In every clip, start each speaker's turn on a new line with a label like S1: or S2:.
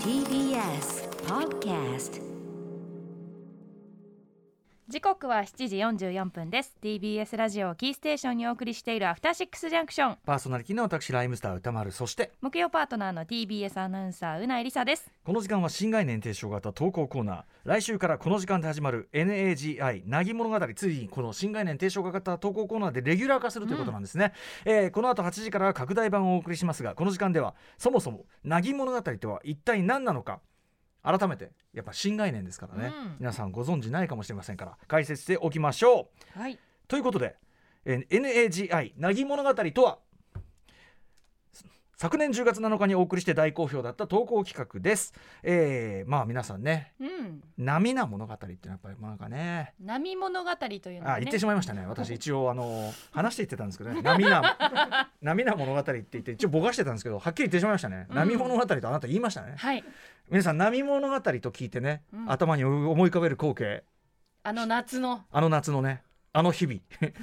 S1: TBS Podcast
S2: 時刻は7時44分です TBS ラジオをキーステーションにお送りしているアフターシックスジャンクション
S3: パーソナリティの私ライムスター歌丸そして
S2: 木曜パートナーの TBS アナウンサーうないりさです
S3: この時間は新概念提唱型投稿コーナー来週からこの時間で始まる NAGI なぎ物語ついにこの新概念提唱型投稿コーナーでレギュラー化するということなんですね、えーこの後8時からは拡大版をお送りしますがこの時間ではそもそもなぎ物語とは一体何なのか改めてやっぱ新概念ですからね、
S2: うん
S3: 皆さんご存知ないかもしれませんから解説しておきましょう
S2: はい
S3: ということで、えー NAGI なぎ物語とは昨年10月7日にお送りして大好評だった投稿企画です。えーまあ皆さんね
S2: うん
S3: 波な物語っていうのはやっぱりまあなんかね
S2: 波物語というの
S3: あ
S2: がね
S3: 言ってしまいましたね私一応あの話して言ってたんですけ どね波な波な物語って言って一応ぼかしてたんですけどはっきり言ってしまいましたね、
S2: うん
S3: 波物語とあなた言いましたね
S2: はい
S3: 皆さん波物語と聞いてね、
S2: うん
S3: 頭に思い浮かべる光景
S2: あの夏 の
S3: あの夏のね、あの日々、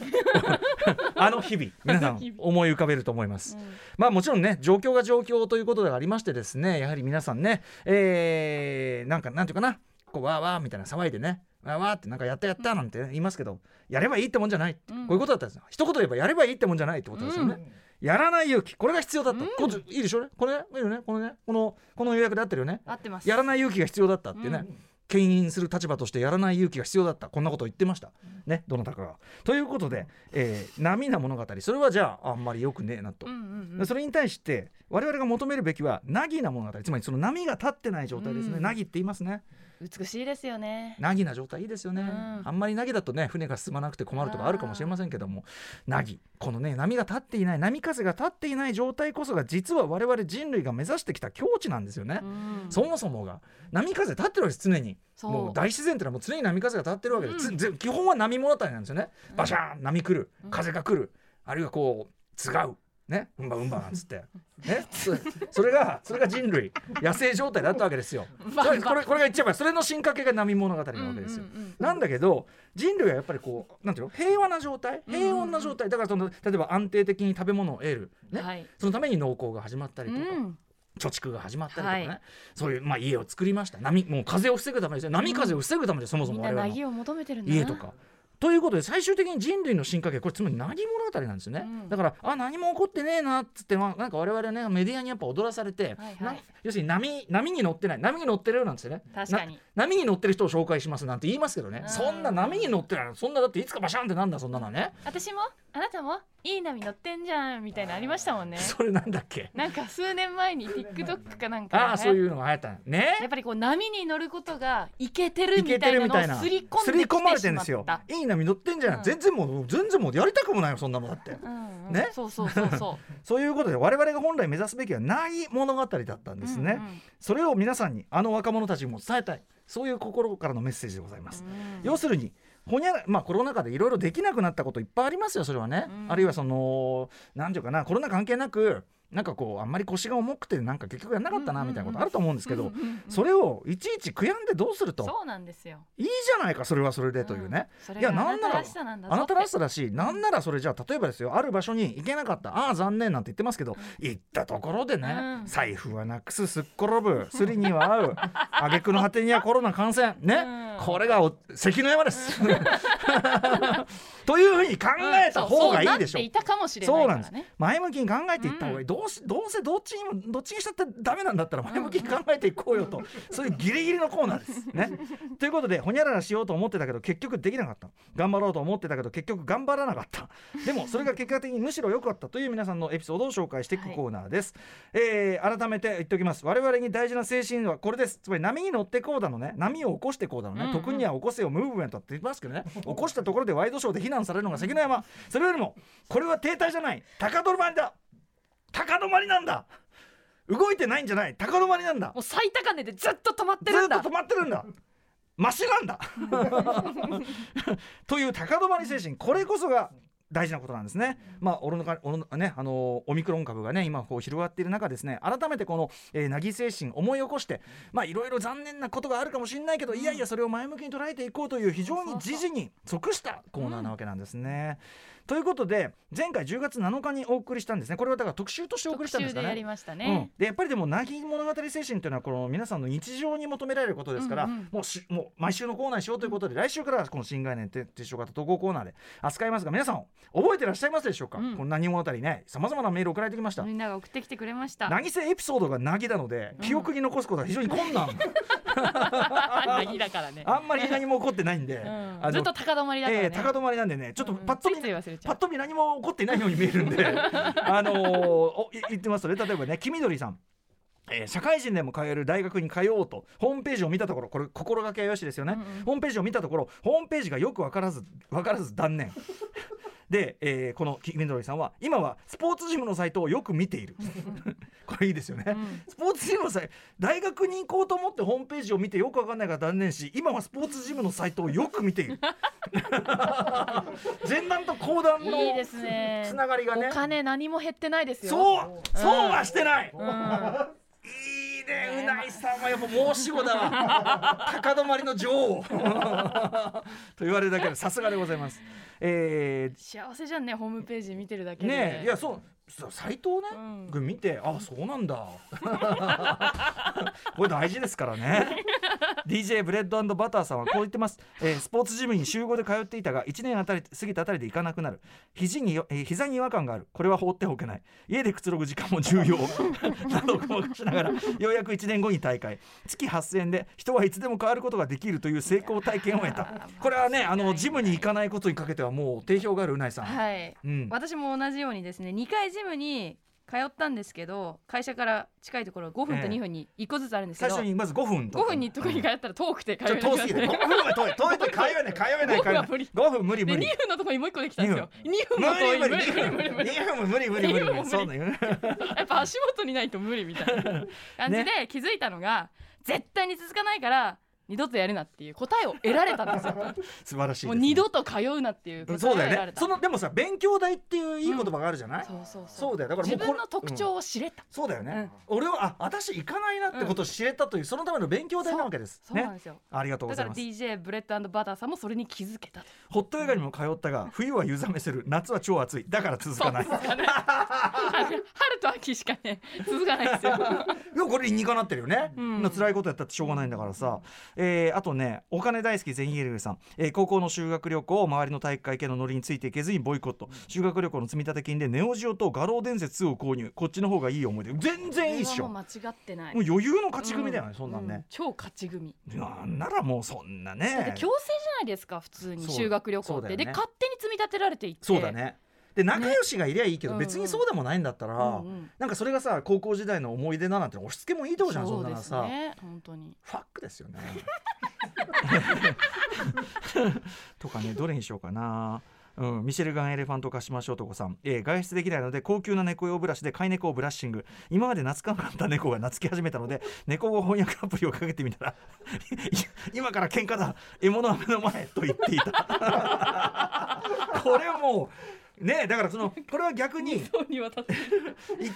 S3: あの日々、皆 さ
S2: あの日
S3: ん
S2: 々
S3: 思い浮かべると思います。
S2: うん
S3: まあもちろんね、状況が状況ということでありましてですね、やはり皆さんね、えーなんかなんていうかな、こうわーわーみたいな騒いでね、わーわーってなんかやったやったなんてね言いますけど、やればいいってもんじゃない。
S2: うん
S3: こういうことだったんですよ。一言言えばやればいいってもんじゃないってことですよね。やらない勇気、これが必要だった。これいいでしょうね。これいいよね。このね、このこの予約で合ってるよね。
S2: 合ってます
S3: やらない勇気が必要だったってね、
S2: うん
S3: 牽引する立場としてやらない勇気が必要だったこんなことを言ってましたねどなたかが。ということで「えー、波な物語」それはじゃああんまりよくねえなと。
S2: うんうんうん
S3: それに対して我々が求めるべきは「なぎな物語」つまりその波が立ってない状態ですね
S2: う
S3: 「
S2: ん
S3: なぎ」って言いますね
S2: 美しいですよね
S3: 「なぎ」な状態いいですよね、
S2: うん
S3: あんまり「なぎ」だとね船が進まなくて困るとかあるかもしれませんけども「なぎ」このね波が立っていない波風が立っていない状態こそが実は我々人類が目指してきた境地なんですよね。
S2: うん
S3: そもそもが波風立ってるわけです常に
S2: そう
S3: もう 大自然ってのはもう常に波風が立ってるわけで、
S2: うん
S3: すずず基本は波物語なんですよねバシャーン波来る
S2: うん
S3: 風が来る、あるいはこうつがうねうんばうんばなんつ って。ね、そそれがそれが人類野生状態だったわけで すよ。それこれこれが一番それの進化系が波物語なわけですよ。
S2: うんうんうん
S3: なんだけど人類はやっぱりこうなんていうの平和な状態平穏な状態だからその例えば安定的に食べ物を得る、ね
S2: はい
S3: そのために農耕が始まったり
S2: う
S3: とか、
S2: ん
S3: 貯蓄が始まったりとかね、
S2: はい
S3: そういう、まあ、家を作りました波もう風を防ぐためですよ波風を防ぐためでそもそ
S2: みん
S3: も
S2: な
S3: 我々の
S2: 凪を求めてるんだな
S3: 家とか。ということで最終的に人類の進化系これつまり何物語なんですよね、
S2: うん
S3: だからあ何も起こってねえなっつってまあなんか我々ねメディアにやっぱ踊らされて、
S2: はいはい
S3: な要するに波波に乗ってない波に乗ってるよなんですよね
S2: 確かに
S3: な波に乗ってる人を紹介しますなんて言いますけどね、
S2: うん
S3: そんな波に乗ってないそんなだっていつかバシャンってなんだそんなのはね、
S2: 私もあなたもいい波乗ってんじゃんみたいなのありましたもんね
S3: それなんだっけ
S2: なんか数年前に TikTok かなんか、ね、
S3: ああそういうのが流行ったね
S2: やっぱりこう波に乗ることがいけてる
S3: い
S2: み
S3: け
S2: た
S3: て
S2: い
S3: るみた
S2: ないの
S3: な
S2: をすり込んできてしまった
S3: まれてんですよいい波乗ってんじゃん、
S2: うん
S3: 全然もう全然もうやりたくもないよそんなのだって
S2: うんうん
S3: ね
S2: そうそうそうそ
S3: そういうことで我々が本来目指すべきはない物語だったん
S2: う
S3: ですね、
S2: うんうん
S3: それを皆さんにあの若者たちにも伝えたいそういう心からのメッセージでございます、
S2: うん
S3: 要するにほにゃらまあ、コロナ禍でいろいろできなくなったこといっぱいありますよそれはね、
S2: うん
S3: あるいはその何ていうかなコロナ関係なくなんかこうあんまり腰が重くてなんか結局やんなかったな
S2: うんうんうん
S3: みたいなことあると思うんですけど、
S2: うんうんうん
S3: それをいちいち悔やんでどうすると
S2: そうなんですよ
S3: いいじゃないかそれはそれでというね、
S2: んそれ
S3: いや
S2: があな
S3: な
S2: んた
S3: なら
S2: らしさなんだぞ
S3: あなたらしさだし、なんならそれじゃあ例えばですよある場所に行けなかったああ残念なんて言ってますけど行ったところでね、
S2: うん
S3: 財布はなくすすっ転ぶすりには合う挙句の果てにはコロナ感染ね、
S2: うん
S3: これがお関の 山です。 というふうに考えた方がいいでしょ
S2: うんそうそうなって
S3: う。
S2: いたかもしれな
S3: そ
S2: いうか
S3: なんで
S2: ら
S3: す
S2: ね
S3: 前向きに考えていった方がい
S2: う
S3: い、どうしどうせどっちにもどっちにしたってダメなんだったら前向きに考えていこうよと、そういうギリギリのコーナーです。 ね、ということでほにゃららしようと思ってたけど結局できなかった頑張ろうと思ってたけど結局頑張らなかったでもそれが結果的にむしろ良かったという皆さんのエピソードを紹介していくコーナーです、えー改めて言っておきます我々に大事な精神はこれですつまり波に乗ってこうだのね波を起こしてこうだの
S2: う
S3: ね、
S2: んうん
S3: 特には起こせよムーブメントって言いますけどね起こしたところでワイドショーで非難されるのが関の山それよりもこれは停滞じゃない高止まりだ高止まりなんだ動いてないんじゃない高止まりなんだ
S2: もう最高値でずっと止まって
S3: ず
S2: る
S3: っ
S2: ん
S3: と
S2: だ
S3: 止まってるんだマシなんだ という高止まり精神これこそが大事なことなんですね。まあ、オロナカオロナね、あのオミクロン株がね、今こう広がっている中ですね、改めてこの、えー、なぎ精神思い起こして、まあ、いろいろ残念なことがあるかもしれないけど、いやいや、それを前向きに捉えていこうという非常に時事に即したコーナーなわけなんですね。ということで前回10月7日にお送りしたんですねこれはだから特集としてお
S2: 特
S3: 送りしたんで
S2: 集
S3: す
S2: で
S3: か
S2: や
S3: ね
S2: りました
S3: うん
S2: ね、、
S3: でやっぱりでも「なぎ物語精神」というのはこの皆さんの日常に求められることですから、
S2: うんうん
S3: もうしもう毎週のコーナーにしようということで、来週からはこの新概念提唱型投稿コーナーで扱いますが皆さん覚えてらっしゃいますでしょうか、
S2: うん
S3: この「なぎ物語」ねさまざまなメール送られてきました。
S2: みんなが送ってきてくれました
S3: なぎせエピソードがなぎなので
S2: うん
S3: 記憶に残すことは非常に困 難、
S2: なぎだからね
S3: あんまり何も起こってないんで、
S2: うん
S3: あの
S2: ずっと高止まりだからね、
S3: ええ高止まりなんでねちょっとパッと見、
S2: うんついつい忘れちゃ
S3: パッ
S2: う
S3: と見何も起こってないように見える んであのーおい言ってますとね例えばね黄緑さんえー社会人でも通える大学に通おうとホームページを見たところこれ心がけはよしですよね、
S2: うんうん
S3: ホームページを見たところホームページがよく分からず分からず断念で、えーこの黄緑さんは今はスポーツジムのサイトをよく見ているこれいいですよ ね、
S2: うん
S3: スポーツジムのサイ大学に行こうと思ってホームページを見てよくわかんないから断念し今はスポーツジムのサイトをよく見てい る 前段と後段の
S2: いいですね
S3: つながりがね
S2: お金何も減ってないですよ
S3: そうそうはしてない、
S2: うん、うん
S3: いいねうないさんはやっぱ申し子だ わ高止まりの女王 と言われるだけでさすがでございますえ
S2: 幸せじゃんねホームページ見てるだ
S3: ー
S2: けで
S3: ねえいやそうそうサイトをね、
S2: うん
S3: 僕見てあそうなん だこれ大事ですから ね DJ ブレッドバターさんはこう言ってます、えースポーツジムに週5で通っていたが1年あたり過ぎたあたりで行かなくなる肘によ、えー膝に違和感があるこれは放っておけない家でくつろぐ時間も重 要などをごまかしながらようやく1年後に大会月8000円で人はいつでも変わることができるという成功体験を得
S2: い
S3: た
S2: やー
S3: これはね
S2: 間違い
S3: あ
S2: ない
S3: のジムに行かないことにかけてはもう定評があるうないさん、
S2: はい、
S3: うん、
S2: 私も同じようにですね2回ジムに通ったんですけど会社から近いところ5分と2分に1個ずつあるんですけ
S3: 最
S2: ど、
S3: 初にまず5分と
S2: 5分に特に通ったら遠くて
S3: ち
S2: 通
S3: ょ
S2: え
S3: っ
S2: な
S3: と
S2: く
S3: 遠
S2: な
S3: す
S2: っ
S3: ぎ
S2: て
S3: る。5
S2: で
S3: 分は遠い。遠いと通えない、通えない、通え
S2: 5分は
S3: な
S2: い無理。
S3: 5分無理無
S2: 2
S3: 理。
S2: 分のところにもう1個できたんですよ2分も遠い無
S3: 無理無
S2: 理無理無理無理
S3: 理。2分も無理無理無理無理。そうだよね。
S2: やっぱ足元にないと無理みたいな感じで気づいたのが、絶対に続かないから二度とやるなっていう答えを得られたんですよ
S3: 素晴らしいですね。
S2: もう二度と通うなっていう答え
S3: そ
S2: を
S3: う
S2: 得
S3: だ
S2: ら
S3: よ
S2: れ
S3: ね。
S2: た
S3: そのでもさ、勉強代っていういい言葉があるじゃない。
S2: そうそう
S3: そうだよ。だからも
S2: 自
S3: うこれ
S2: 分の特。
S3: うん
S2: 徴を知れた、
S3: そうだよね。俺はあ私行かないなってことを知れたというそのための勉強代なわけです。
S2: そうなん
S3: ね。
S2: ですよ、
S3: ありがとうご
S2: だ
S3: ざ
S2: から
S3: います。
S2: DJ ブレッドバターさんもそれに気づけたと
S3: ホット映画にも通ったが、冬は湯冷めする、夏は超暑い。だから続かない。い
S2: 春と秋しかね 続かないですよ
S3: やこれ理にかなってるよね。
S2: うん
S3: の辛いことやったってしょうがないんだからさ、えーあとねお金大好き全員エルグさん、えー高校の修学旅行周りの体育会系のノリについていけずにボイコット、修学旅行の積立金でネオジオと画廊伝説2を購入こっちの方がいい思い出全然いいっしょ
S2: これはも
S3: も
S2: う間違ってないう
S3: 余裕の勝ち組だよね、そんなん
S2: う
S3: ね、
S2: 超勝ち組
S3: なんならもうそんな
S2: だって
S3: ね
S2: 強制じゃないですか普通に
S3: そう
S2: 修学旅行
S3: そ
S2: っ
S3: う
S2: て、
S3: だよね
S2: で勝手に積み立てられていって
S3: そうだねで仲良しがいりゃいいけど、
S2: ね
S3: 別にそうでもないんだった
S2: う
S3: ら、
S2: んうん
S3: なんかそれがさ高校時代の思い出だなんて押し付けもいいとこじゃんそんなの
S2: です
S3: さ、
S2: ね本当に
S3: ファックですよね。 とかねどれにしようかな。うん、ミシェルガンエレファント化しましょうとこさん、えー外出できないので高級な猫用ブラシで飼い猫をブラッシング今まで懐かなかった猫が懐き始めたの で猫語翻訳アプリをかけてみたら 今から喧嘩だ獲物は目の前と言っていた これもうねえだからそのこれは逆に
S2: そうにわたって
S3: 一見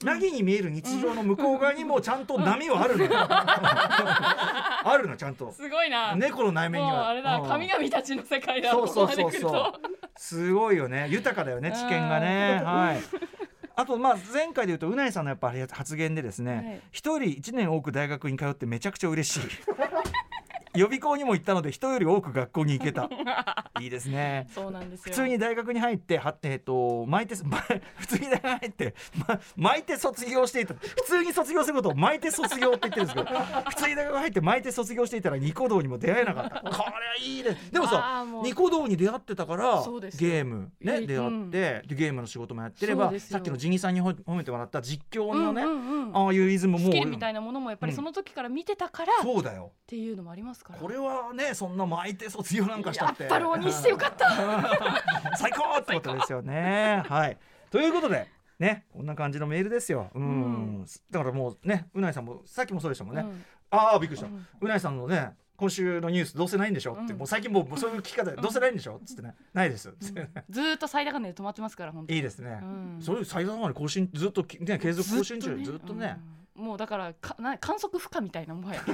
S3: 凪に見える日常の向こう側にもちゃんと波はあるのよ あるのちゃんと
S2: すごい な、
S3: 猫の内面
S2: もう
S3: には
S2: あれだ
S3: うん
S2: 神々たちの世界だ
S3: そうそう
S2: ここ
S3: そ
S2: ま
S3: う
S2: で来ると
S3: そうすごいよね豊かだよね知見 がねはいあとまあ前回で言うとうないさんのやっぱり発言でです
S2: はい
S3: ね一、人一年多く大学に通ってめちゃくちゃ嬉しい 予備校にも行ったので人より多く学校に行け たいいですね
S2: そうなんです
S3: 普
S2: よ
S3: 通に大学に入ってはってえっと巻いて ま普通に大学に入って、ま、巻いて卒業していた普通に卒業することを巻いて卒業って言ってるんですけど普通に大学に入って巻いて卒業していたらニコ動にも出会えなかったこれはいいねでも
S2: あ
S3: さ
S2: ーもう
S3: ニコ動に出会ってたから
S2: そうですよ
S3: ゲー
S2: う
S3: ムね
S2: ん
S3: 出会ってでゲームの仕事もやってれ
S2: そう
S3: ば
S2: ですよ
S3: さっきのジギさんに褒めてもらった実況のね、
S2: うんうんうん
S3: ああいうイズムも
S2: スキルみたいなものもやっぱり
S3: うん
S2: その時から見てたから、っ
S3: そうだよ
S2: ていうのもありますから
S3: これはねそんな巻いて卒業なんかしたって
S2: やっぱ浪人してよかった
S3: 最 高ってことですよね。はい、ということで。ね、こんな感じのメールですよ。うん、だからもうね、うないさんも、さっきもそうでしたもんね。
S2: うん
S3: ああ、びっくりした。う
S2: うん
S3: ないさんのね、今週のニュースどうせないんでしょって、
S2: うん
S3: もう最近もう、もうそういう聞き方で、どうせないんでしょつってね、ないです。つってね
S2: ずーっと最高値で止まってますから本当に
S3: いいですね。
S2: うん
S3: そういう最大まで更新、ずっとき、ね、継続更新中、ずっとね。
S2: うんもうだからかな観測不可みたいなもはや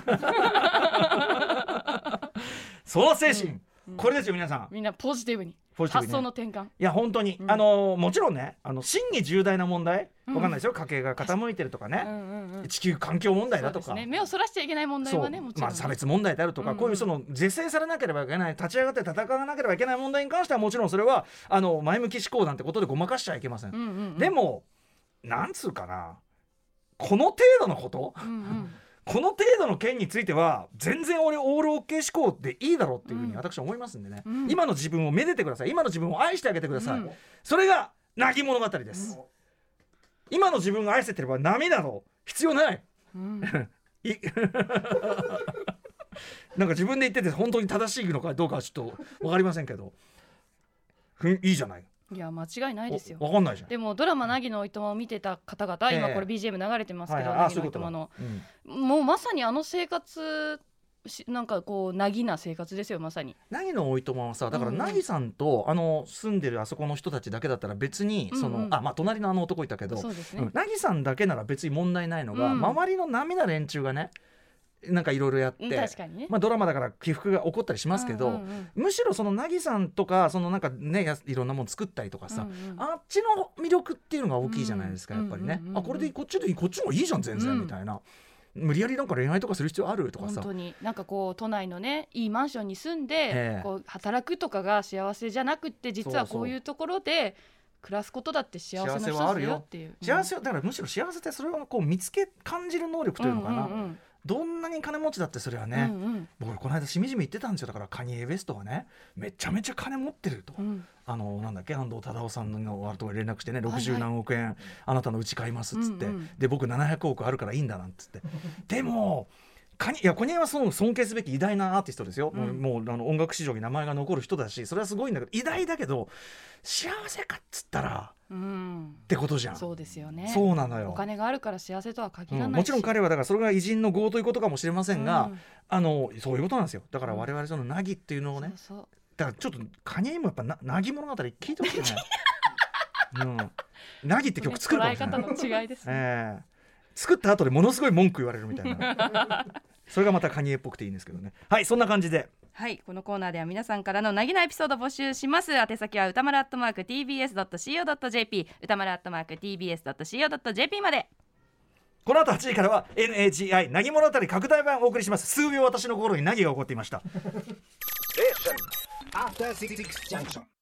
S3: その精神、
S2: うん
S3: これですよ、皆さん。
S2: みんなポジティブに
S3: ポジティブ
S2: 発
S3: に、
S2: 想の転換
S3: いや本当に、
S2: うん
S3: あのもちろんねあの真に重大な問題
S2: うん
S3: わかんないですよ、家計が傾いてるとか
S2: う
S3: ね、
S2: んうんうん
S3: 地球環境問題だと
S2: そう
S3: か、
S2: ですね目をそらしちゃいけない問題
S3: そう
S2: はねもちろん
S3: まあ
S2: ね
S3: 差別問題であるとか、
S2: うんうん
S3: こういうその是正されなければいけない立ち上がって戦わなければいけない問題に関してはもちろんそれはあの前向き思考なんてことでごまかしちゃいけません、
S2: うんうんうん
S3: でもなんつうかなこの程度のこと
S2: うんうん
S3: この程度の件については全然俺オールオッケー思考でいいだろうっていうふうに私は思いますんでね、
S2: うん
S3: 今の自分をめでてください今の自分を愛してあげてください、
S2: うん
S3: それが泣き物語です、今の自分が愛せてれば涙の必要ない
S2: うん
S3: いなんか自分で言ってて本当に正しいのかどうかはちょっと分かりませんけどふんいいじゃない
S2: いや間違いないですよ
S3: 分かんないじゃん
S2: でもドラマ「凪のいとま」を見てた方々、今
S3: ええ
S2: これ BGM 流れてますけど「
S3: はいはいあ
S2: 凪のいう
S3: そういこととだ
S2: まの
S3: うん」
S2: もうまさにあの生活しなんかこう凪な生活ですよまさに。
S3: 凪のおいとまはさだから
S2: うんうん
S3: 凪さんとあの住んでるあそこの人たちだけだったら別にその、
S2: うんうん
S3: あまあ隣のあの男いたけど
S2: そうです
S3: う
S2: ね
S3: ん、凪さんだけなら別に問題ないのが、
S2: うん
S3: 周りの涙連中がねなんかいろいろやって、
S2: うん確かにね。
S3: まあ、ドラマだから起伏が起こったりしますけど、
S2: うんうん
S3: むしろその凪さんとかそのなんかねやいろんなもの作ったりとかさ、
S2: うんうん
S3: あっちの魅力っていうのが大きいじゃないですか、
S2: うん
S3: やっぱりね、
S2: うんうんうん
S3: あこれでいいこっちでいいこっちの方がいいじゃん全然、
S2: うん
S3: みたいな無理やりなんか恋愛とかする必要あるとか
S2: 本
S3: さ
S2: 当になんかこう都内のねいいマンションに住んで、
S3: ええ
S2: こう働くとかが幸せじゃなくって実は
S3: そうそう
S2: こういうところで暮らすことだって幸せの
S3: 幸せはあ
S2: 一つ
S3: る
S2: だ
S3: よ
S2: よっていう。
S3: 幸せだからむしろ幸せってそれをこう見つけ感じる能力というのかな、
S2: うんうん
S3: どんなに金持ちだってそれは
S2: うん
S3: ね、
S2: うん
S3: 僕この間しみじみ言ってたんですよだからカニエ・ウェストはねめちゃめちゃ金持ってると、
S2: うん
S3: あのなんだっけ安藤忠雄さんのと連絡してね
S2: はい
S3: 60何億円あなたのうち買いますっつって、
S2: うんうん
S3: で僕700億あるからいいんだなんつってでもカニいやコニエはその尊敬すべき偉大なアーティストですよ、
S2: うん
S3: もうあの音楽史上に名前が残る人だしそれはすごいんだけど偉大だけど幸せかっつったらっ
S2: うん
S3: てことじゃん
S2: そうですよね。
S3: そうなのよ
S2: お金があるから幸せとは限らないし、
S3: うんもちろん彼はだからそれが偉人の業ということかもしれませんが、
S2: うん
S3: あのそういうことなんですよだから我々その凪っていうのをね、
S2: そうそう
S3: だからちょっとカニエもやっぱな凪物語聞いてほしい ね。うん。凪って曲作るかもしれない。
S2: 捉え方の違いですね。
S3: ええ作った後でものすごい文句言われるみたいな。 それがまたカニエっぽくていいんですけどね。はいそんな感じで。
S2: はい、このコーナーでは皆さんからのなぎなエピソードを募集します。宛先は歌丸アットマーク TBS ドット CO ドット JP、歌丸アットマーク TBS ドット CO ドット JP まで。
S3: この後8時からは NAGI 凪物語拡大版をお送りします。数秒私の心に凪が起こっていました。
S4: After Six Junction.